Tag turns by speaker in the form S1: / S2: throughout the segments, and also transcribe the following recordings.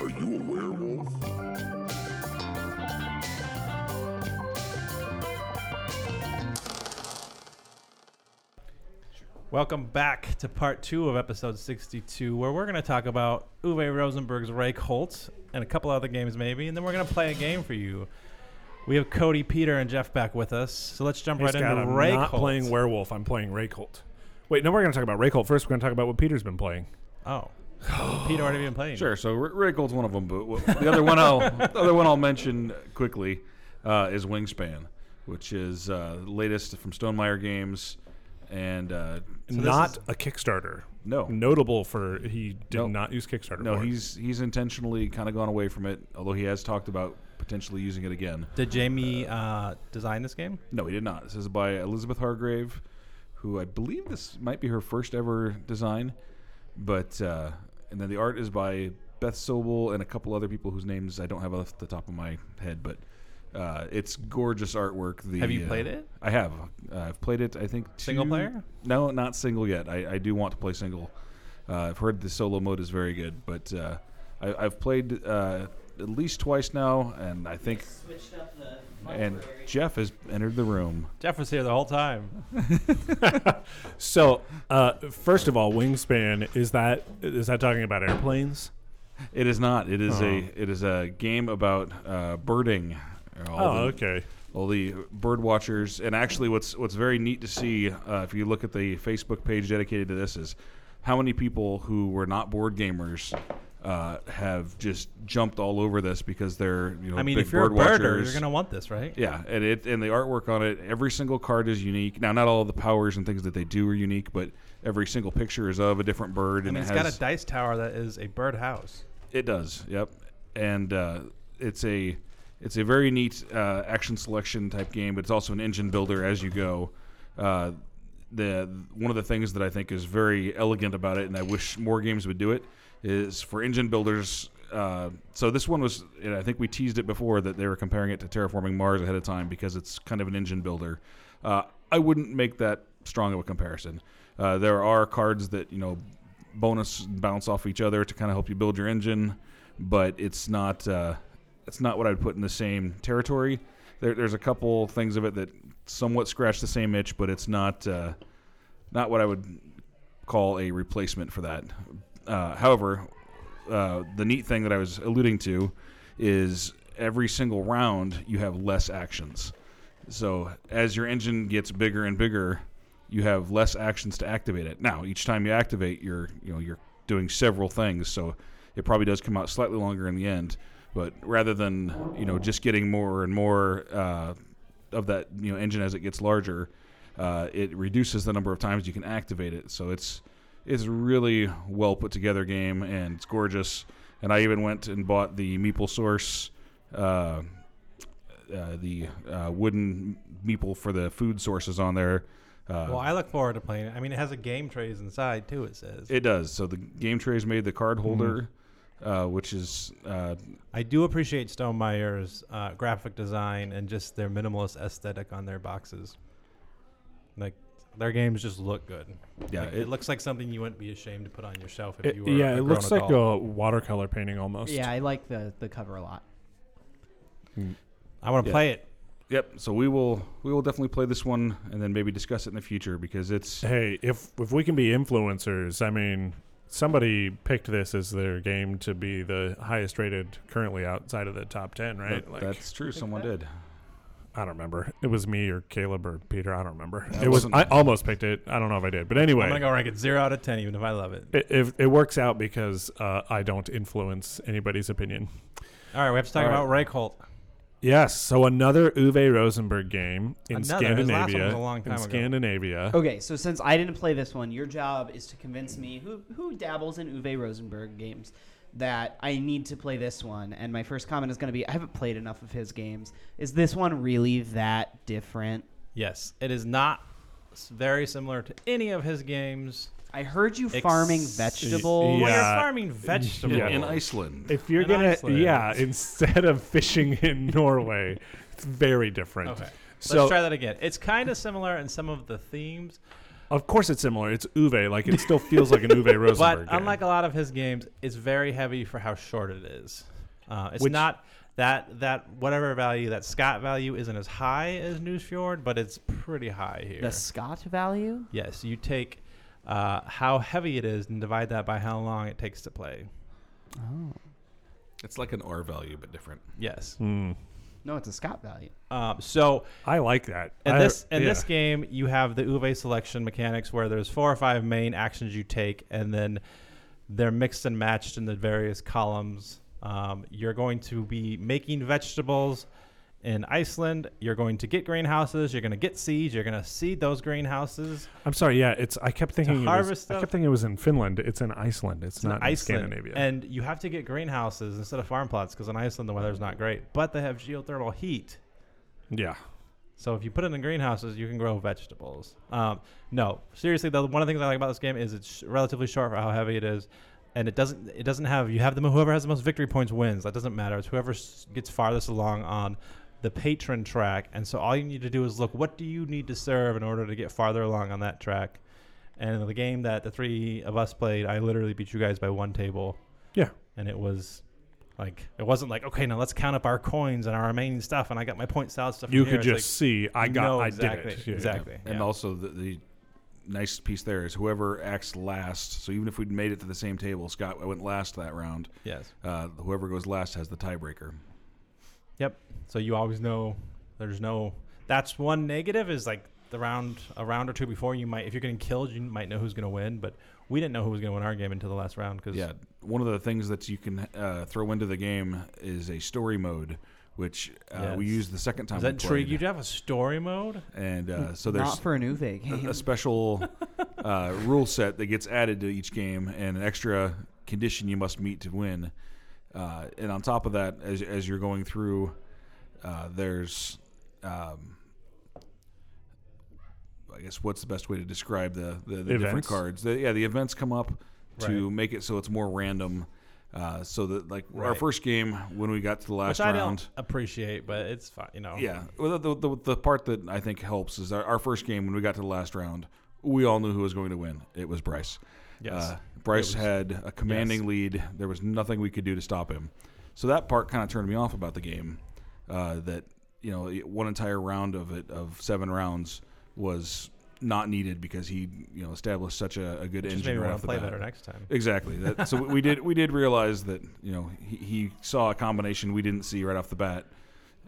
S1: Are you a werewolf?
S2: Welcome back to part two of episode 62, where we're going to talk about Uwe Rosenberg's Reich Holt and a couple other games, maybe, and then we're going to play a game for you. We have Cody, Peter, and Jeff back with us, so let's jump right
S3: Hey, Scott,
S2: into
S3: I'm
S2: Reich
S3: not
S2: Holt.
S3: playing werewolf. I'm playing Rakeholt. Wait, no, we're going to talk about Rakeholt first. We're going to talk about what Peter's been playing.
S2: oh, Peter already been playing.
S4: Sure. So R- Rickold's one of them, but wh- the other one I'll the other one I'll mention quickly uh, is Wingspan, which is uh, the latest from Stonemeyer Games, and uh,
S2: this
S3: not
S2: is-
S3: a Kickstarter.
S4: No.
S3: Notable for he did
S4: No.
S3: not use Kickstarter.
S4: no,
S3: for it.
S4: he's he's intentionally kind of gone away from it, although he has talked about potentially using it again.
S2: Did Jamie uh, design this game?
S4: No, he did not. This is by Elizabeth Hargrave, who I believe this might be her first ever design. But uh, and then the art is by Beth Sobel and a couple other people whose names I don't have off the top of my head, but uh, it's gorgeous artwork. The
S2: Have you
S4: uh,
S2: played it?
S4: I have. Uh, I've played it. I think
S2: Single
S4: two-
S2: player?
S4: No, not single yet. I, I do want to play single. Uh, I've heard the solo mode is very good, but uh, I, I've played uh, at least twice now, and I think
S5: switched up the
S4: and
S5: microwave.
S4: Jeff has entered the room.
S2: Jeff was here the whole time.
S3: so. Uh, first of all, Wingspan is that is that talking about airplanes?
S4: It is not. It is
S2: Oh.
S4: a it is a game about uh, birding. All
S3: Oh,
S4: the-
S3: okay.
S4: All the bird watchers, and actually, what's what's very neat to see uh, if you look at the Facebook page dedicated to this is how many people who were not board gamers uh, have just jumped all over this because they're you know
S2: I mean,
S4: big
S2: if you're a birder,
S4: bird
S2: you're
S4: watchers.
S2: going to want this, right?
S4: Yeah, and it and the artwork on it, every single card is unique. Now, not all the powers and things that they do are unique, but every single picture is of a different bird.
S2: I
S4: and
S2: mean, it's
S4: it has,
S2: got a dice tower that is a birdhouse.
S4: it does. Yep, and uh, it's a it's a very neat uh, action selection type game, but it's also an engine builder as you go. Uh, the one of the things that I think is very elegant about it, and I wish more games would do it, is for engine builders. Uh, so this one was, and I think we teased it before that they were comparing it to terraforming Mars ahead of time because it's kind of an engine builder. Uh, I wouldn't make that strong of a comparison. Uh, there are cards that you know bonus bounce off each other to kind of help you build your engine, but it's not uh, it's not what I'd put in the same territory. There, there's a couple things of it that somewhat scratch the same itch, but it's not uh, not what I would call a replacement for that. Uh, however, uh, the neat thing that I was alluding to is every single round you have less actions. So as your engine gets bigger and bigger, you have less actions to activate it. Now, each time you activate, you're you know you're doing several things, so it probably does come out slightly longer in the end. But rather than you know just getting more and more uh, of that you know engine as it gets larger, uh, it reduces the number of times you can activate it. So it's it's really well put together game and it's gorgeous. And I even went and bought the Meeple Source. Uh, uh, the uh, wooden meeple for the food sources on there. Uh,
S2: Well, I look forward to playing it. I mean, it has a game trays inside, too, it says.
S4: it does. So the game tray is made the card holder, uh, which is uh,
S2: I do appreciate Stonemeyer's uh, graphic design and just their minimalist aesthetic on their boxes. Like their games just look good.
S4: Yeah,
S2: Like, it,
S4: it-
S2: looks like something you wouldn't be ashamed to put on your shelf if
S3: It-
S2: you were.
S3: yeah,
S2: a
S3: it
S2: grown
S3: looks like
S2: adult.
S3: a watercolor painting almost.
S5: Yeah, I like the the cover a lot.
S2: I want to
S4: yeah.
S2: play it.
S4: yep. So we will we will definitely play this one and then maybe discuss it in the future because it's
S3: Hey, if if we can be influencers, I mean, somebody picked this as their game to be the highest rated currently outside of the top ten, right?
S4: that- that's true. Someone did.
S3: I don't remember. It was me or Caleb or Peter. I don't remember.
S4: That
S3: it was.
S4: wasn't-
S3: I almost picked it. I don't know if I did, but
S2: I'm
S3: anyway,
S2: gonna go rank it zero out of ten, even if I love it.
S3: it, it, it works out because uh, I don't influence anybody's opinion.
S2: All right, we have to talk
S4: All right.
S2: about Reichholt.
S3: Yes. So another Uwe Rosenberg game in
S2: Another? His last one
S3: Scandinavia.
S2: was a long time
S3: in
S2: ago. Oh,
S3: Scandinavia.
S5: Okay, so since I didn't play this one, your job is to convince me, who who dabbles in Uwe Rosenberg games, that I need to play this one. And my first comment is going to be, I haven't played enough of his games. Is this one really that different?
S2: Yes, it is not s- very similar to any of his games.
S5: I heard you
S2: Ex-
S5: farming
S2: Y-
S5: vegetables.
S2: Well, you're
S3: Yeah.
S2: farming vegetables.
S3: Yeah.
S4: In Iceland.
S3: If you're
S2: In
S3: gonna,
S2: Iceland.
S3: yeah, instead of fishing in Norway, it's very different.
S2: Okay.
S3: So
S2: Let's try that again. It's kind of similar in some of the themes,
S3: Of course, it's similar. It's Uwe. Like it still feels like an Uwe Rosenberg.
S2: But
S3: game.
S2: unlike a lot of his games, it's very heavy for how short it is. Uh, it's
S3: Which-
S2: not that that whatever value that Scott value isn't as high as Newsfjord, but it's pretty high here.
S5: The Scott value?
S2: Yes, you take uh, how heavy it is and divide that by how long it takes to play.
S5: Oh.
S4: It's like an R value, but different.
S2: Yes.
S3: Hmm.
S5: No, it's a Scott value.
S2: Um, so
S3: I like that.
S2: in
S3: I-
S2: this in this
S3: yeah.
S2: game, you have the Uve selection mechanics where there's four or five main actions you take, and then they're mixed and matched in the various columns. Um, you're going to be making vegetables in Iceland. You're going to get greenhouses. You're going to get seeds. You're going to seed those greenhouses.
S3: I'm sorry. Yeah, it's. I kept thinking. It was,
S2: harvest
S3: I
S2: stuff?
S3: kept thinking it was in Finland. It's in Iceland. It's, not
S2: in Iceland,
S3: in Scandinavia.
S2: and you have to get greenhouses instead of farm plots because in Iceland the weather's not great. But they have geothermal heat.
S3: yeah.
S2: So if you put it in greenhouses, you can grow vegetables. Um, no, seriously though, one of the things I like about this game is it's relatively short for how heavy it is, and it doesn't it doesn't have you have the mo- whoever has the most victory points wins. That doesn't matter. It's whoever s- gets farthest along on the patron track, and so all you need to do is look what do you need to serve in order to get farther along on that track. And in the game that the three of us played, I literally beat you guys by one table
S3: Yeah.
S2: and it was like it wasn't like okay now let's count up our coins and our remaining stuff and i got my point salad stuff from
S3: You
S2: here.
S3: could
S2: It's like,
S3: just see. I got.
S2: no,
S3: I
S2: exactly,
S3: did it. Yeah, yeah.
S2: exactly
S4: And
S2: yeah.
S4: also the, the nice piece there is whoever acts last. So even if we'd made it to the same table, Scott, I went last that round.
S2: yes
S4: Uh, whoever goes last has the tiebreaker.
S2: yep so you always know there's no that's one negative is like the round a round or two before you might if you're getting killed you might know who's going to win but we didn't know who was going to win our game until the last round because
S4: Yeah, one of the things that you can uh, throw into the game is a story mode, which uh, we
S2: Yes.
S4: used the second time.
S2: does
S4: we
S2: that intrigue Hmm.
S4: played.
S2: you to have a story mode
S4: And uh, so there's
S5: Not for an Uve
S4: a-
S5: game.
S4: a special uh, rule set that gets added to each game and an extra condition you must meet to win. Uh, and on top of that, as, as you're going through, uh, there's, um, I guess, what's the best way to describe the, the, the different
S3: Events?
S4: cards? The, yeah, the events come up to
S2: Right.
S4: make it so it's more random. Uh, so that like our
S2: Right.
S4: first game when we got to the last
S2: which i
S4: round,
S2: don't appreciate but it's fine you know
S4: yeah. Well, the, the, the part that I think helps is our, our first game when we got to the last round, we all knew who was going to win. It was Bryce.
S2: Yes.
S4: Uh, Bryce
S2: It was-
S4: had a commanding
S2: yes.
S4: lead. There was nothing we could do to stop him. So that part kind of turned me off about the game. Uh, that you know, one entire round of it of seven rounds was not needed because he you know established such a, a good
S2: just
S4: engine
S2: maybe
S4: right
S2: want
S4: off
S2: to
S4: the
S2: play
S4: bat.
S2: better next time
S4: Exactly. That, so we did we did realize that you know he, he saw a combination we didn't see right off the bat,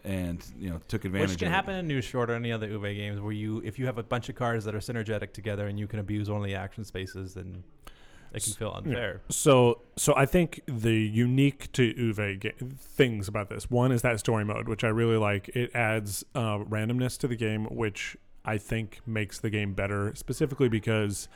S4: and you know took advantage.
S2: Which can
S4: of it.
S2: happen in New Short or any other Uwe games where you, if you have a bunch of cards that are synergetic together and you can abuse one of the action spaces, then it can feel unfair.
S3: So, so I think the unique to Uve ga- things about this one is that story mode, which I really like. It adds uh, randomness to the game, which I think makes the game better, specifically because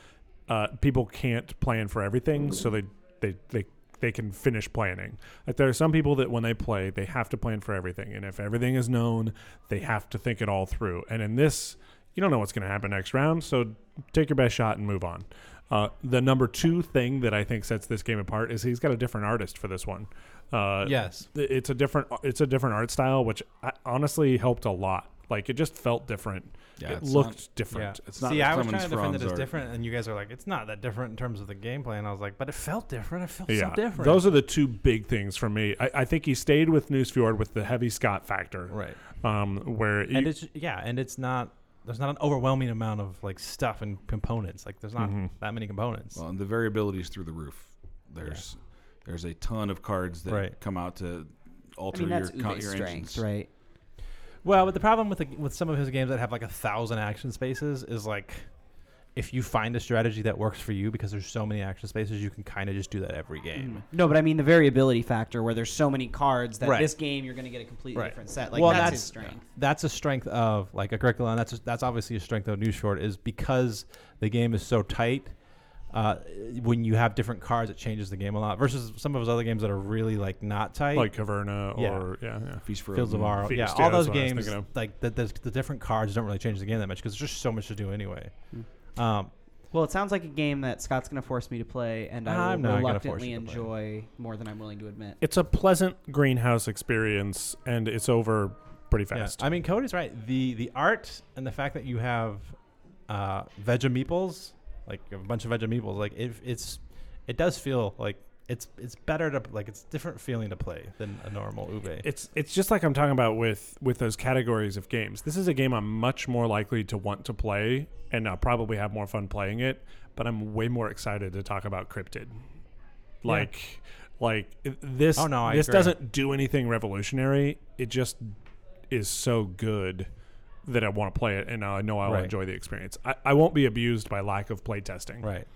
S3: uh, people can't plan for everything, so they they they they can finish planning. Like there are some people that when they play, they have to plan for everything, and if everything is known, they have to think it all through. And in this, you don't know what's going to happen next round, so take your best shot and move on. Uh, the number two thing that I think sets this game apart is he's got a different artist for this one. Uh,
S2: Yes.
S3: th- it's a different it's a different art style, which I, honestly helped a lot. Like it just felt different.
S4: Yeah,
S3: it
S4: it's
S3: looked
S4: not-
S3: different.
S4: It's not
S2: See,
S4: like
S2: I was trying
S4: someone's
S2: to defend
S4: Franz
S2: it as
S4: art.
S2: different, and you guys are like, it's not that different in terms of the gameplay. And I was like, but it felt different. It felt so different.
S3: Those are the two big things for me. I, I think he stayed with Newsfjord with the heavy Scott factor,
S2: right.
S3: Um, where
S2: And
S3: you-
S2: it's, yeah, and it's not, there's not an overwhelming amount of like stuff and components. Like, there's not
S3: Mhm.
S2: that many components.
S4: Well, and the variability is through the roof. There's there's a ton of cards that
S2: Right.
S4: come out to
S5: I
S4: alter
S5: mean, that's
S4: your co-
S5: Uve's
S4: your
S5: strength,
S4: engines.
S5: right?
S2: Well, but the problem with the, with some of his games that have like a thousand action spaces is like, if you find a strategy that works for you, because there's so many action spaces, you can kind of just do that every
S4: Mm.
S2: game.
S5: No, but I mean the variability factor where there's so many cards that
S2: Right.
S5: this game you're going to get a completely
S2: Right.
S5: different set. Like
S2: Well,
S5: that's,
S2: that's-
S5: his strength.
S2: That's a strength of like Agricola, and that's that's obviously a strength of New Short is because the game is so tight. Uh, when you have different cards, it changes the game a lot. Versus some of his other games that are really like not tight,
S3: like Caverna
S2: Yeah.
S3: or yeah, yeah.
S4: Feast for
S2: Fields of
S4: Odin.
S2: Arrow.
S3: Feast,
S2: Yeah,
S3: yeah,
S2: all
S3: that's
S2: those
S3: what I was
S2: games,
S3: thinking of.
S2: like the, the, the different cards don't really change the game that much because there's just so much to do anyway.
S3: Hmm.
S2: Um,
S5: Well, it sounds like a game that Scott's going to force me to play, and I
S2: I'm
S5: will
S2: not gonna force
S5: reluctantly
S2: you to play.
S5: enjoy more than I'm willing to admit.
S3: It's a pleasant greenhouse experience, and it's over pretty
S2: Yeah,
S3: fast.
S2: I mean, Cody's right. The the art and the fact that you have uh, Veggie Meeples, like a bunch of Veggie Meeples. Like it, it's it does feel like it's it's better to like it's different feeling to play than a normal Ube.
S3: It's it's just like I'm talking about with with those categories of games. This is a game I'm much more likely to want to play, and I'll probably have more fun playing it. But I'm way more excited to talk about Cryptid. Like, like i- this.
S2: Oh, no, I
S3: this
S2: agree.
S3: doesn't do anything revolutionary. It just is so good that I want to play it, and I know I'll
S2: Right.
S3: enjoy the experience. I, I won't be abused by lack of playtesting.
S2: right.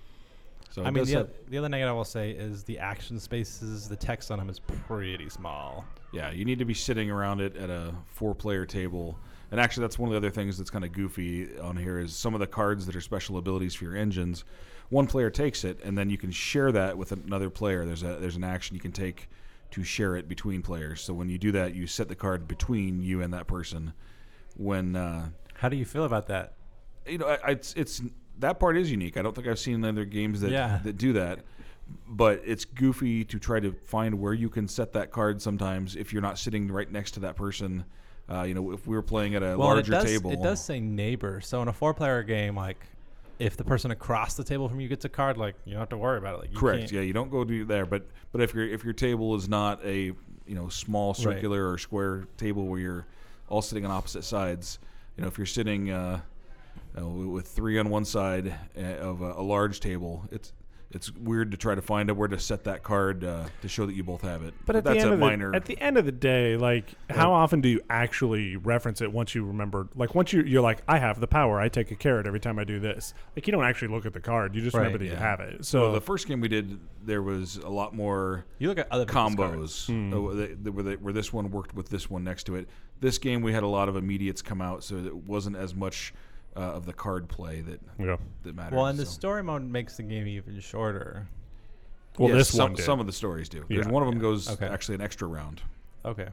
S4: So
S2: I mean,
S4: that's
S2: the,
S4: a-
S2: oth- the other negative I will say is the action spaces. The text on them is pretty small.
S4: Yeah, you need to be sitting around it at a four-player table. And actually, that's one of the other things that's kind of goofy on here is some of the cards that are special abilities for your engines. One player takes it, and then you can share that with another player. There's a there's an action you can take to share it between players. So when you do that, you set the card between you and that person. When uh,
S2: How do you feel about that?
S4: you know, I, I- it's it's that part is unique. I don't think I've seen other games that
S2: Yeah.
S4: that do that. But it's goofy to try to find where you can set that card sometimes if you're not sitting right next to that person. Uh, you know, if we were playing at a
S2: Well,
S4: larger
S2: it does,
S4: table,
S2: It does say neighbor. So in a four-player game, like if the person across the table from you gets a card, like you don't have to worry about it. Like you
S4: Correct.
S2: can't-
S4: Yeah, you don't go to there, but but if your if your table is not a you know small circular or square table where you're all sitting on opposite sides, you know if you're sitting uh, you know, with three on one side uh, of a, a large table, it's it's weird to try to find out where to set that card uh, to show that you both have it.
S3: But at
S4: that's
S3: the end
S4: a
S3: of
S4: minor.
S3: the, at the end of the day, like how often do you actually reference it once you remember? Like once you you're like, I have the power. I take a carrot every time I do this. Like you don't actually look at the card. You just
S2: Right,
S3: remember that you
S4: yeah.
S3: have it.
S4: so
S3: So
S4: the first game we did, there was a lot more
S2: You look at other people's cards.
S4: combos
S3: Hmm.
S4: uh, th- th- where, they, where this one worked with this one next to it. This game we had a lot of immediates come out, so it wasn't as much uh, of the card play that
S3: yeah.
S4: that mattered.
S2: Well, and the
S4: so.
S2: story mode makes the game even shorter.
S3: Well,
S4: Yes,
S3: this
S4: some,
S3: one did.
S4: some of the stories do because
S3: Yeah.
S4: one of them goes
S2: Okay.
S4: actually an extra round.
S2: Okay.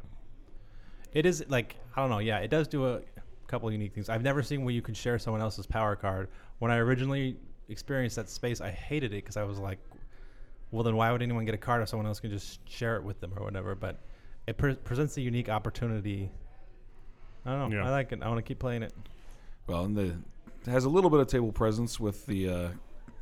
S2: It is like I don't know. Yeah, it does do a couple unique things. I've never seen where you can share someone else's power card. When I originally experienced that space, I hated it because I was like, well, then why would anyone get a card if someone else can just share it with them or whatever? But it pre- presents a unique opportunity. I don't know.
S3: Yeah.
S2: I like it. I want to keep playing it.
S4: Well, and the it has a little bit of table presence with the uh,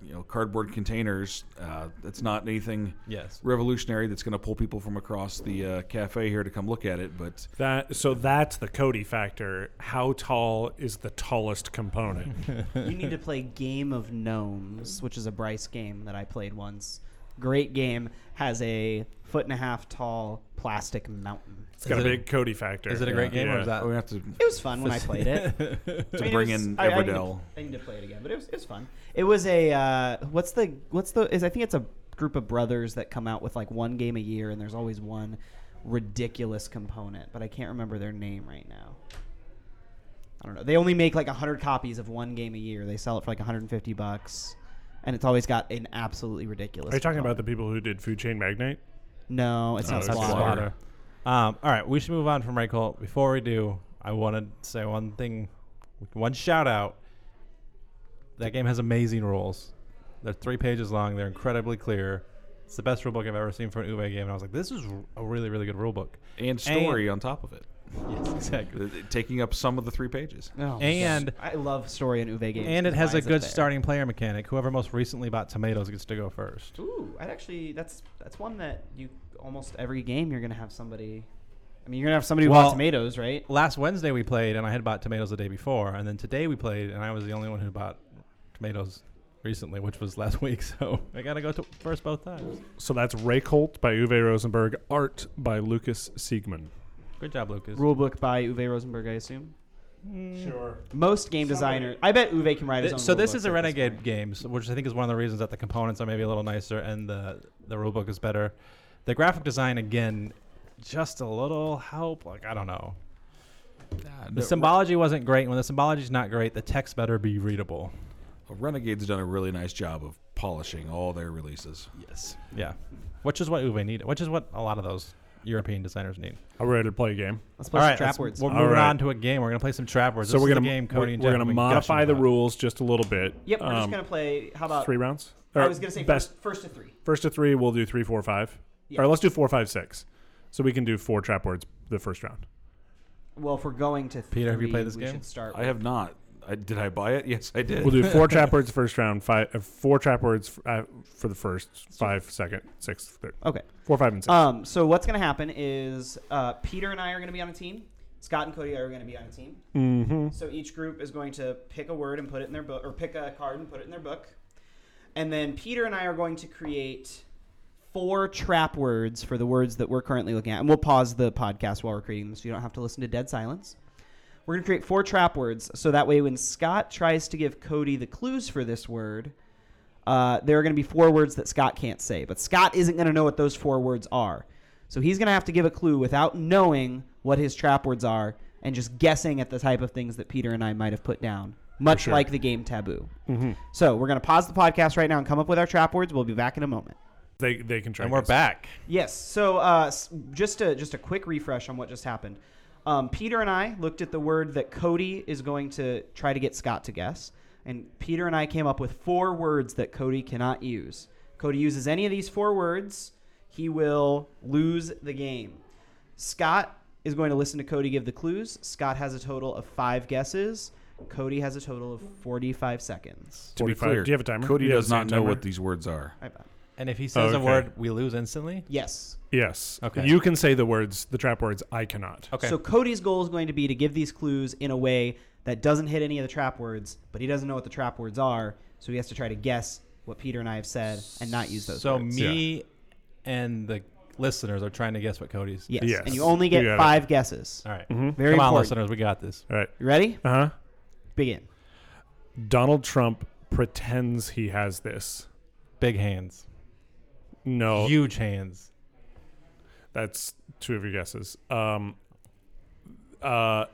S4: you know cardboard containers. Uh, that's not anything
S2: Yes.
S4: revolutionary that's going to pull people from across the uh, cafe here to come look at it, but
S3: that so that's the Cody factor. How tall is the tallest component?
S5: you need to play Game of Gnomes, which is a Bryce game that I played once. Great game. Has a foot and a half tall plastic mountain.
S3: It's got
S2: Is
S3: a
S2: it a-
S3: big Cody factor.
S2: Is it a great game or
S3: Yeah.
S2: is that?
S4: we have to
S5: It was fun when I played it.
S4: to
S5: I mean, it
S4: bring
S5: was-
S4: in
S5: I- I need to-
S4: Everdell.
S5: I need to play it again, but it was, it was fun. It was a uh, what's the what's the is I think it's a group of brothers that come out with like one game a year, and there's always one ridiculous component, but I can't remember their name right now. I don't know. They only make like 100 copies of one game a year. They sell it for like 150 bucks, and it's always got an absolutely ridiculous.
S3: Are you talking about the people who did Food Chain Magnate?
S5: No, it's
S3: Oh,
S5: not
S3: it's
S5: Slaughter.
S3: Slaughter.
S2: Water. Um, all right, we should move on from Reichel. Before we do, I want to say one thing, one shout out. That game has amazing rules. They're three pages long. They're incredibly clear. It's the best rule book I've ever seen for an Ube game, and I was like, this is a really, really good rule book.
S4: and story on top of it,
S2: Yes, exactly.
S4: Uh, taking up some of the three pages.
S5: Oh, my gosh.
S2: And-
S5: I love story and Uwe games.
S2: And it has a
S5: Why is
S2: good
S5: there?
S2: starting player mechanic. Whoever most recently bought tomatoes gets to go first.
S5: Ooh, I'd actually that's that's one that you almost every game you're gonna have somebody. I mean, you're gonna have somebody who
S2: Well-
S5: bought tomatoes, right?
S2: Last Wednesday we played, and I had bought tomatoes the day before, and then today we played, and I was the only one who bought tomatoes recently, which was last week. So I gotta go to first both times.
S3: So that's Raycolt by Uwe Rosenberg, art by Lucas Siegman.
S2: Good job, Lucas.
S5: Rulebook by Uwe Rosenberg, I assume.
S3: Sure.
S5: Most game designer, I bet Uwe can write his
S2: Th-
S5: own.
S2: so this
S5: rulebook
S2: is a
S5: at
S2: renegade
S5: point.
S2: game, so- which I think is one of the reasons that the components are maybe a little nicer and the the rulebook is better. The graphic design again, just a little help. Like I don't know. The symbology wasn't great. When the symbology's not great, the text better be readable.
S4: Renegade's done a really nice job of polishing all their releases.
S2: Yes. Yeah. Which is what Uwe needed. Which is what a lot of those European designers need.
S3: I'm ready to play a game.
S5: Let's
S2: All
S5: play
S2: right,
S5: some trap
S2: let's-
S5: words.
S2: we're
S3: All
S2: moving
S3: right.
S2: on to a game. We're gonna play some trap words.
S3: So
S2: This
S3: we're
S2: is the
S3: gonna
S2: game Cody
S3: we're,
S2: and
S3: we're
S2: Jeff
S3: gonna
S2: have been gushing
S3: modify the
S2: about.
S3: rules just a little bit.
S5: Yep, we're
S3: Um,
S5: just gonna play. How about?
S3: three rounds.
S5: I
S3: Or
S5: was gonna say
S3: best
S5: first, first to three.
S3: first to three. We'll do three, four, five.
S5: Yeah.
S3: Or let's do four, five, six. So we can do four trap words the first round.
S5: Well, if we're going to
S2: Peter, have you
S5: three,
S2: played this
S5: we
S2: game?
S5: Should start.
S4: I have not. I, did I buy it? Yes, I did.
S3: We'll do four trap words first round, five uh, four trap words f- uh, for the first five, second, sixth, third,
S5: Okay.
S3: four, five, and six.
S5: Um, so what's going to happen is uh, Peter and I are going to be on a team. Scott and Cody are going to be on a team.
S3: mm-hmm.
S5: So each group is going to pick a word and put it in their book, or pick a card and put it in their book. And then Peter and I are going to create four trap words for the words that we're currently looking at. And we'll pause the podcast while we're creating them so you don't have to listen to dead silence. We're going to create four trap words so that way when Scott tries to give Cody the clues for this word, uh, there are going to be four words that Scott can't say. But Scott isn't going to know what those four words are. So he's going to have to give a clue without knowing what his trap words are and just guessing at the type of things that Peter and I might have put down, much
S3: sure.
S5: like the game Taboo. So we're going to pause the podcast right now and come up with our trap words. We'll be back in a moment.
S3: They they can try.
S2: And we're
S3: guess.
S2: back.
S5: Yes. So uh, s- just a just a quick refresh on what just happened. Um, Peter and I looked at the word that Cody is going to try to get Scott to guess, and Peter and I came up with four words that Cody cannot use. Cody uses any of these four words, he will lose the game. Scott is going to listen to Cody give the clues. Scott has a total of five guesses. Cody has a total of 45 seconds.
S4: to be
S3: 45.
S4: clear,
S3: Do you have a timer?
S4: Cody
S3: Do you have the
S4: does
S3: same
S4: not know
S3: timer?
S4: what these words are.
S5: Right back.
S2: And if he says
S3: Okay.
S2: a word, we lose instantly.
S5: Yes.
S3: Yes.
S2: Okay.
S3: You can say the words, the trap words. I cannot.
S2: Okay.
S5: So Cody's goal is going to be to give these clues in a way that doesn't hit any of the trap words, but he doesn't know what the trap words are, so he has to try to guess what Peter and I have said and not use those
S2: so
S5: words.
S2: me and the listeners are trying to guess what Cody's.
S5: Yes.
S3: Yes.
S5: And you only
S3: You got
S5: get
S3: it.
S5: five guesses.
S2: All right.
S3: Mm-hmm.
S5: Very
S2: Come on,
S5: important.
S2: listeners, we got this.
S3: All right.
S5: You ready?
S3: Uh huh.
S5: Begin.
S3: Donald Trump pretends he has this.
S2: Big hands,
S3: No,
S2: huge hands.
S3: that's two of your guesses. Um, uh,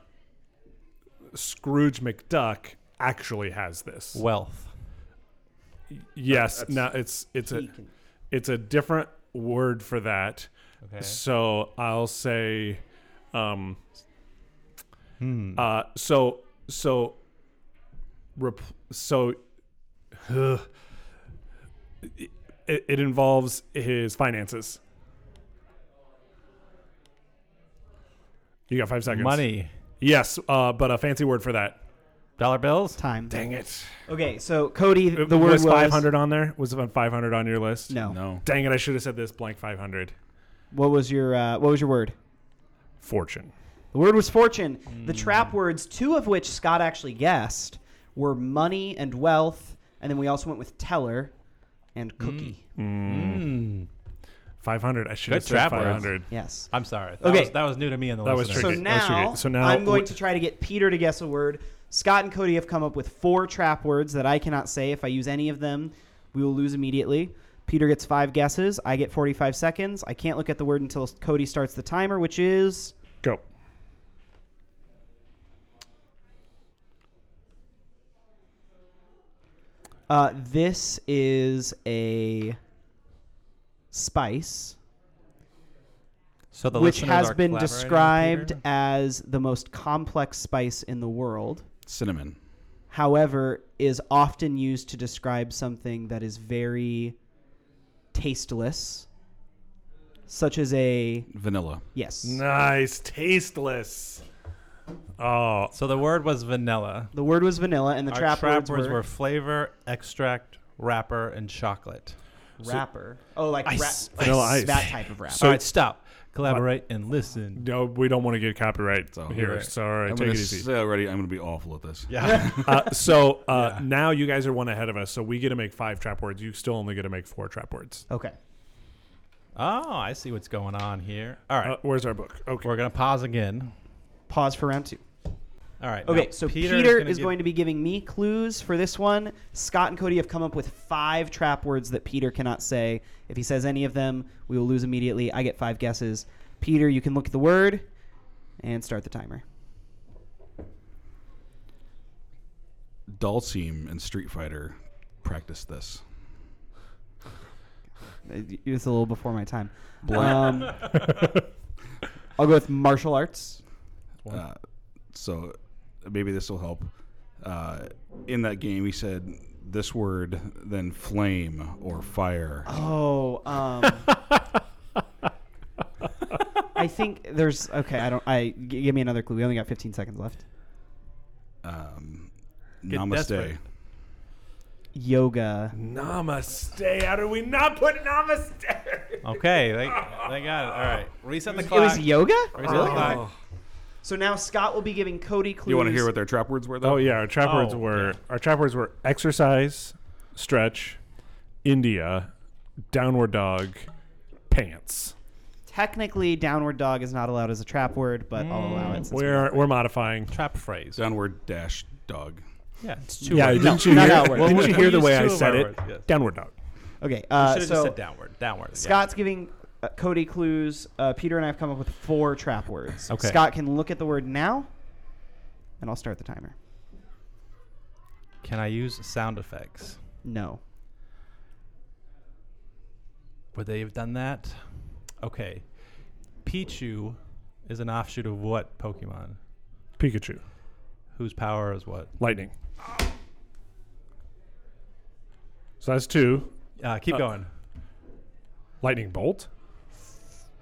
S3: Scrooge McDuck actually has this.
S2: Wealth.
S3: yes. No, it's it's a
S5: He can-
S3: it's a different word for that.
S2: Okay.
S3: So I'll say, um,
S2: Hmm.
S3: uh, so so, rep- so, ugh. it, it involves his finances. You got five seconds.
S2: Money.
S3: Yes, uh, but a fancy word for that.
S2: Dollar bills.
S5: Time.
S3: it! Uh,
S5: Okay, so Cody, the word
S3: was
S5: was
S3: five hundred on there. Was it five hundred on your list?
S5: No.
S4: No.
S3: Dang it! I should have said this blank five hundred.
S5: What was your uh, What was your word?
S3: Fortune.
S5: The word was fortune.
S3: Hmm.
S5: The trap words, two of which Scott actually guessed, were money and wealth, and then we also went with teller and cookie.
S2: Hmm.
S3: Five hundred. I should
S2: Good
S3: have said
S2: trap
S3: five
S2: words.
S3: hundred.
S5: Yes.
S2: I'm sorry. That
S5: Okay.
S2: Was, that was new to me and the
S3: That was
S2: listeners.
S5: So
S3: tricky. That's tricky.
S5: now,
S3: So now
S5: I'm going
S3: wh-
S5: to try to get Peter to guess a word. Scott and Cody have come up with four trap words that I cannot say. If I use any of them, we will lose immediately. Peter gets five guesses. I get 45 seconds. I can't look at the word until Cody starts the timer, which is
S3: Go.
S5: uh, this is a spice,
S2: So the
S5: which
S2: listeners
S5: has
S2: are
S5: been
S2: collaborating with
S5: described
S2: Peter?
S5: as the most complex spice in the world.
S4: Cinnamon.
S5: however, is often used to describe something that is very tasteless, such as a
S4: Vanilla.
S5: yes.
S3: Nice, tasteless. Oh,
S2: So the word was vanilla.
S5: The word was vanilla, and the
S2: Our
S5: trap, words,
S2: were flavor, extract, wrapper, and chocolate.
S5: wrapper. oh, like
S3: Ice.
S5: ra-
S3: Vanilla ice.
S5: that type of wrapper.
S3: So-
S2: All right, stop. Collaborate and listen.
S3: no, we don't want to get copyright
S4: So-
S3: here.
S2: Right.
S3: Sorry,
S4: I'm
S3: take
S4: gonna
S3: it easy.
S4: Say already, I'm going to be awful at this.
S2: Yeah.
S3: uh, so uh, now you guys are one ahead of us, so we get to make five trap words. You still only get to make four trap words.
S5: okay,
S2: oh, I see what's going on here. All right.
S5: Oh.
S3: Uh, where's our book? Okay.
S2: We're going to pause again.
S5: pause for round two.
S2: All right.
S5: Okay,
S2: now
S5: so Peter,
S2: Peter,
S5: is, going to be giving me clues for this one. Scott and Cody have come up with five trap words that Peter cannot say. If he says any of them, we will lose immediately. I get five guesses. Peter, you can look at the word and start the timer.
S4: Dalseem and Street Fighter practice this.
S5: It was a little before my time.
S4: Blunt.
S5: Um, I'll go with martial arts.
S4: Uh, so maybe this will help. Uh, in that game, he said this word, then flame or fire.
S5: Oh, um, I think there's okay. I don't. I g- give me another clue. We only got 15 seconds left.
S4: Um,
S2: Get
S4: Namaste.
S2: desperate.
S5: Yoga.
S3: Namaste. How do we not put namaste?
S2: Okay, they, they got it. All right, reset the
S5: It
S2: clock.
S5: was Oh. yoga?
S2: Reset the clock.
S5: So now Scott will be giving Cody clues.
S4: You want to hear what their trap words were, though?
S3: Oh yeah, our trap
S2: Oh,
S3: words were our trap words were exercise, stretch, India, downward dog, pants.
S5: Technically, downward dog is not allowed as a trap word, but I'll allow it. since we-
S3: We're we're modifying.
S2: Trap phrase.
S4: Downward dash dog.
S2: Yeah, it's two.
S3: Yeah,
S5: No,
S3: didn't you
S5: not
S3: hear,
S5: outward.
S3: didn't
S2: Well,
S3: you
S2: we-
S3: hear the
S2: we used
S3: way I
S2: two of
S3: said
S2: our
S3: it?
S2: words, yes.
S3: Downward dog.
S5: Okay, uh,
S2: Should have just
S5: so
S2: said downward. Downward. yeah.
S5: Scott's giving uh, Cody clues. Uh, Peter and I have come up with four trap words.
S2: Okay.
S5: Scott can look at the word now, and I'll start the timer.
S2: Can I use sound effects?
S5: No.
S2: Would they have done that? Okay. Pichu is an offshoot of what Pokemon?
S3: Pikachu,
S2: Whose power is what?
S3: lightning. So that's two.
S2: Uh,
S5: Oh.
S2: keep going.
S3: Lightning bolt.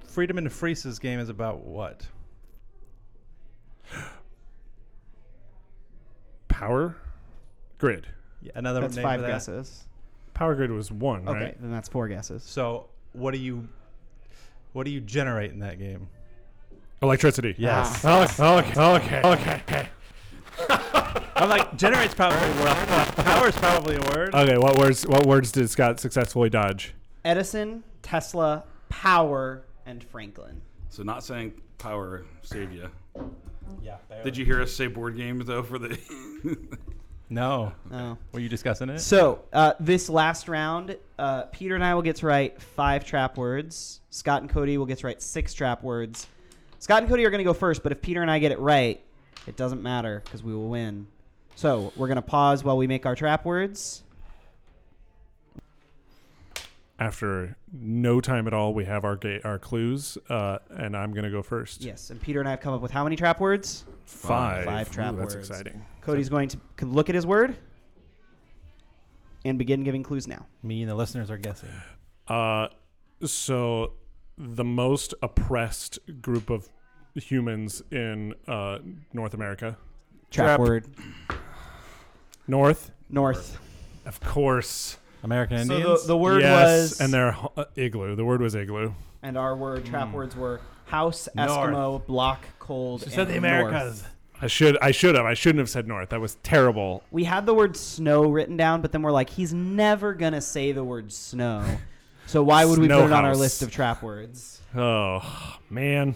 S2: Freedom and Freeze's game is about what?
S3: Power grid.
S2: Yeah, another
S5: That's
S2: name
S5: five
S2: for that.
S5: guesses.
S3: Power grid was one,
S5: Okay,
S3: right?
S5: then that's four guesses.
S2: So, what do you what do you generate in that game?
S3: Electricity.
S2: Yes.
S3: Okay, okay, okay, okay.
S2: I'm like generates probably a word. Power's probably a word.
S3: Okay, what words what words did Scott successfully dodge?
S5: Edison, Tesla, power, and Franklin.
S4: So not saying power save you.
S2: yeah.
S4: Did you hear us say board games though for the?
S2: No.
S5: Oh.
S2: Were you discussing it?
S5: So uh, this last round, uh, Peter and I will get to write five trap words. Scott and Cody will get to write six trap words. Scott and Cody are going to go first, but if Peter and I get it right, it doesn't matter because we will win. So we're going to pause while we make our trap words.
S3: After no time at all, we have our ga- our clues, uh, and I'm gonna go first.
S5: Yes, and Peter and I have come up with how many trap words?
S3: Five.
S5: Five trap
S3: Ooh, That's
S5: words.
S3: exciting.
S5: Cody's going to can look at his word and begin giving clues now.
S2: Me and the listeners are guessing.
S3: Uh, so the most oppressed group of humans in uh, North America,
S5: Trap,
S3: Trap.
S5: word
S3: North,
S5: north.
S3: of course.
S2: American
S5: So
S2: Indians.
S5: the, the word
S3: yes,
S5: was
S3: and their ho- uh, igloo. The word was igloo.
S5: and our word trap
S3: Hmm.
S5: words were house,
S2: North.
S5: Eskimo, block, cold, and North.
S3: I should I should have I shouldn't have said north. That was terrible.
S5: We had the word snow written down, but then we're like, he's never gonna say the word snow. So why would we put
S3: Snow
S5: it on our
S3: house.
S5: list of trap words?
S3: Oh man.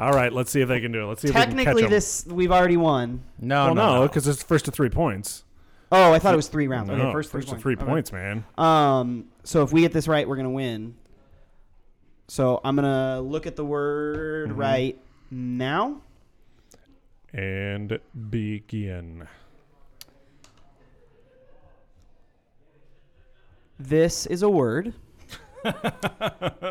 S3: All right, let's see if they can do it. Let's see if we can catch
S5: Technically,
S3: 'em.
S5: this Oh, we've already won.
S2: No,
S3: Well,
S2: no,
S3: no, because it's first to three points.
S5: Oh, I thought it was three rounds.
S3: No,
S5: okay, first, three
S3: to three
S5: points. Okay.
S3: points, man.
S5: Um, so if we get this right, we're gonna win. So I'm gonna look at the word
S3: Mm-hmm.
S5: right now.
S3: And begin.
S5: This is a word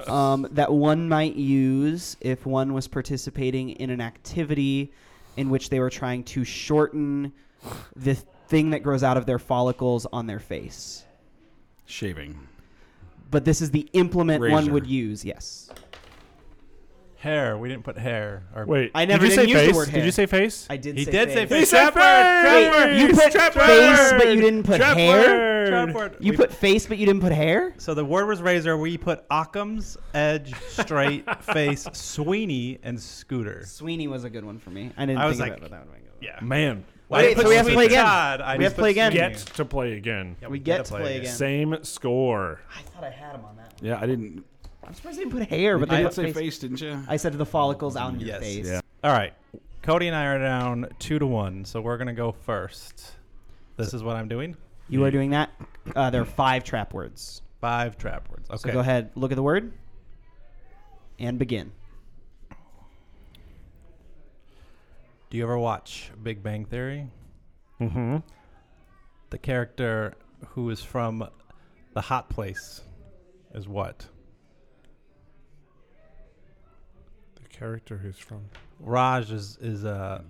S5: um, that one might use if one was participating in an activity in which they were trying to shorten the thing that grows out of their follicles on their face.
S4: Shaving.
S5: But this is the implement one
S4: Razor.
S5: would use. Yes,
S2: Hair. We didn't put hair. Or
S3: Wait,
S5: I never
S3: did you
S5: didn't
S3: say
S5: use the
S3: face?
S5: word
S3: Did
S5: hair.
S3: you say face?
S5: I did.
S2: He
S5: say
S2: did say face.
S5: face.
S3: Trap
S5: Wait,
S3: word!
S5: you put
S3: Trap
S5: face,
S3: word!
S5: but you didn't put
S3: Trap
S5: hair.
S3: word!
S2: Trap word.
S5: You
S2: We-
S5: put face, but you didn't put hair.
S2: So the word was razor. We put Occam's edge, straight face, Sweeney, and scooter.
S5: Sweeney was a good one for me. I didn't
S2: I was
S5: think
S2: like,
S5: about that one.
S2: Yeah.
S3: Man,
S2: Why
S5: Wait,
S2: did you
S5: so
S2: put
S5: we have to
S2: Sweeney?
S5: play again.
S2: God, I just
S5: We have to
S2: put
S5: play again.
S2: Sweeney.
S3: get to play again.
S2: Yeah,
S5: We get to play again.
S3: Same score.
S5: I thought I had him on that.
S4: Yeah, I didn't.
S5: I'm surprised they didn't put hair,
S4: But
S5: but
S4: you
S5: they
S4: did
S5: put
S4: say
S5: face.
S4: face, didn't you?
S5: I said to the follicles out in your
S2: Yes.
S5: face.
S4: Yeah.
S2: All right. Cody and I are down two to one, so we're gonna go first. This is what I'm doing.
S5: You are doing that. Uh, there are five trap words.
S2: Five trap words. Okay.
S5: So go ahead, look at the word, and begin.
S2: Do you ever watch Big Bang Theory?
S3: Mm-hmm.
S2: The character who is from the hot place is what?
S3: The character who's from.
S2: Raj is is uh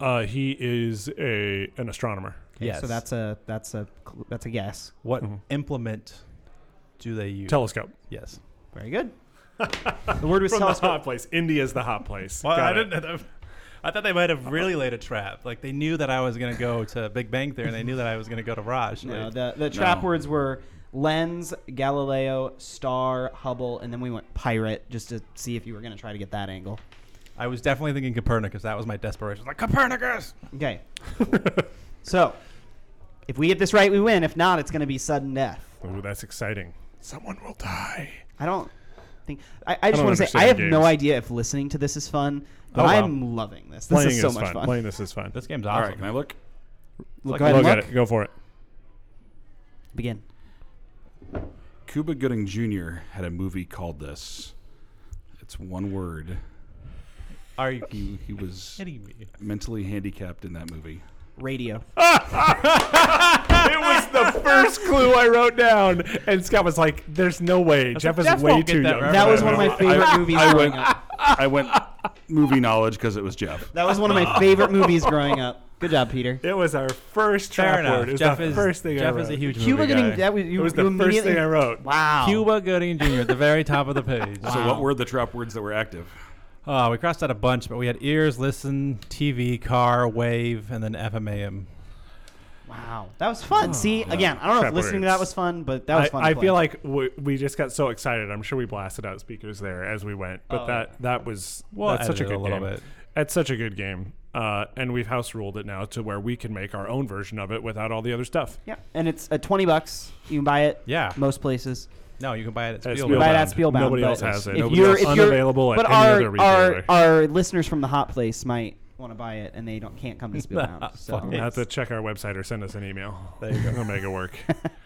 S3: Uh, he is a an astronomer.
S5: Okay,
S2: yes.
S5: So that's Mm-hmm. a that's a cl- that's a guess.
S2: what
S3: Mhm.
S2: implement do they use?
S3: Telescope.
S2: yes.
S5: Very good. The word was
S3: From the
S5: telescope.
S3: hot place. India's the hot place.
S2: Well,
S3: Got
S2: I
S3: it.
S2: didn't. I thought they might have really laid a trap. Like they knew that I was going to go to Big Bang Theory, and they knew that I was going to go to Raj.
S5: No,
S2: Like,
S5: the the trap
S4: No.
S5: words were lens, Galileo, star, Hubble, and then we went pirate just to see if you were going to try to get that angle.
S2: I was definitely thinking Copernicus. That was my desperation. Like Copernicus.
S5: Okay. so, if we get this right, we win. If not, it's going to be sudden death.
S3: Ooh, that's exciting. Someone will die.
S5: I don't think. I, I just
S3: don't
S5: want to say I
S3: understand
S5: have no
S3: games.
S5: idea if listening to this is fun, but
S2: Oh, wow.
S5: I'm loving this. This
S3: Playing
S5: is so much
S3: fun.
S5: fun.
S3: Playing this is fun.
S2: This game's
S4: All
S2: awesome.
S4: right, can I look?
S5: Look,
S2: like
S5: go ahead and
S3: Look at
S5: look.
S3: it. Go for it.
S5: Begin.
S4: Cuba Gooding Jr. had a movie called this. It's one word.
S2: Are you
S4: He he was
S2: kidding me?
S4: mentally handicapped in that movie.
S5: Radio.
S3: Ah, it was the first clue I wrote down, and Scott was like, "There's no way. Jeff is
S2: Jeff
S3: way
S2: won't get
S3: too
S2: that
S3: young."
S2: reference.
S5: That was one of my favorite movies growing up.
S4: I went movie knowledge because it was Jeff.
S5: That was one of my favorite movies growing up. Good job, Peter.
S3: It was our first
S2: Fair
S3: trap
S2: enough.
S3: word. It was
S2: Jeff
S3: the
S2: is
S3: first thing I
S2: Jeff
S3: wrote.
S2: is a huge
S5: Cuba
S2: movie
S5: getting
S2: guy.
S5: that was, you,
S3: It was the
S5: you
S3: first
S5: immediately-
S3: thing I wrote.
S5: Wow.
S2: Cuba Gooding Jr. at the very top of the page.
S4: So
S5: Wow.
S4: what were the trap words that were active?
S2: Oh, we crossed out a bunch, but we had ears, listen, TV, car, wave, and then FMAM.
S5: Wow, that was fun. See, again, I don't know
S3: Crap
S5: if listening to
S3: Oh, words.
S5: that was fun, but that was
S3: I,
S5: fun. to
S3: I
S5: play.
S3: feel like we, we just got so excited. I'm sure we blasted out speakers there as we went, but
S5: Oh,
S3: that that was
S2: We'll
S3: that's such a
S2: edit it
S3: good
S2: a little
S3: game.
S2: bit.
S3: That's such a good game, uh, and we've house ruled it now to where we can make our own version of it without all the other stuff.
S5: yeah, and it's at twenty bucks. You can buy it.
S2: Yeah.
S5: most places.
S2: No, you can buy it at
S3: At
S2: Spielberg.
S5: You can buy it at
S3: Spielbound.
S5: Spielbound.
S3: Nobody
S5: but
S3: else has it.
S5: If
S3: Nobody
S5: you're,
S3: else-
S5: if you're,
S3: unavailable at
S5: but
S3: any
S5: our,
S3: other retailer.
S5: Our, our listeners from the Hot Place might want to buy it, and they don't can't come to Spielbound. so.
S2: Place.
S3: We'll have to check our website or send us an email.
S2: There you go.
S3: We'll make it work.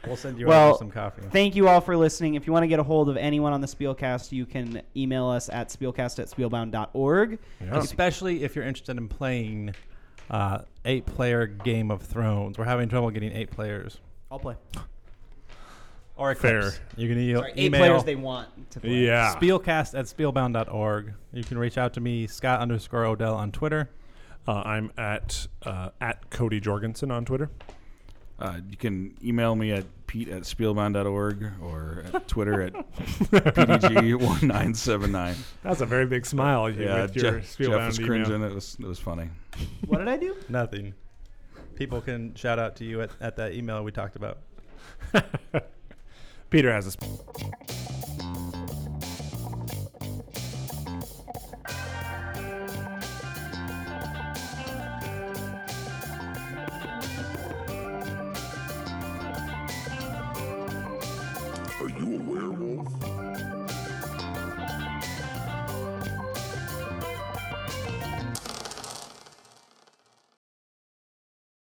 S2: We'll send you
S5: Well,
S2: some coffee.
S5: Thank you all for listening. If you want to get a hold of anyone on the Spielcast, you can email us at spielcast at spielbound.org.
S3: Yeah.
S2: Especially if you're interested in playing uh, eight-player Game of Thrones. We're having trouble getting eight players.
S5: I'll play.
S2: Or
S3: Fair.
S2: Eclipse. You can e-
S5: Sorry, eight
S2: email
S5: players they want to play.
S3: yeah.
S2: spielcast at spielbound.org. You can reach out to me, Scott underscore Odell on Twitter.
S3: Uh, I'm at uh, at Cody Jorgensen on Twitter.
S4: Uh, you can email me at pete at spielman.org or at Twitter at pdg1979.
S3: That's a very big smile. You,
S4: Yeah,
S3: with your
S4: Jeff,
S3: spiel
S4: Jeff
S3: bound
S4: was
S3: email.
S4: cringing. It was, it was funny.
S5: What did I do?
S2: Nothing. People can shout out to you at, at that email we talked about.
S3: Peter has a. Sp-
S1: Are you a werewolf?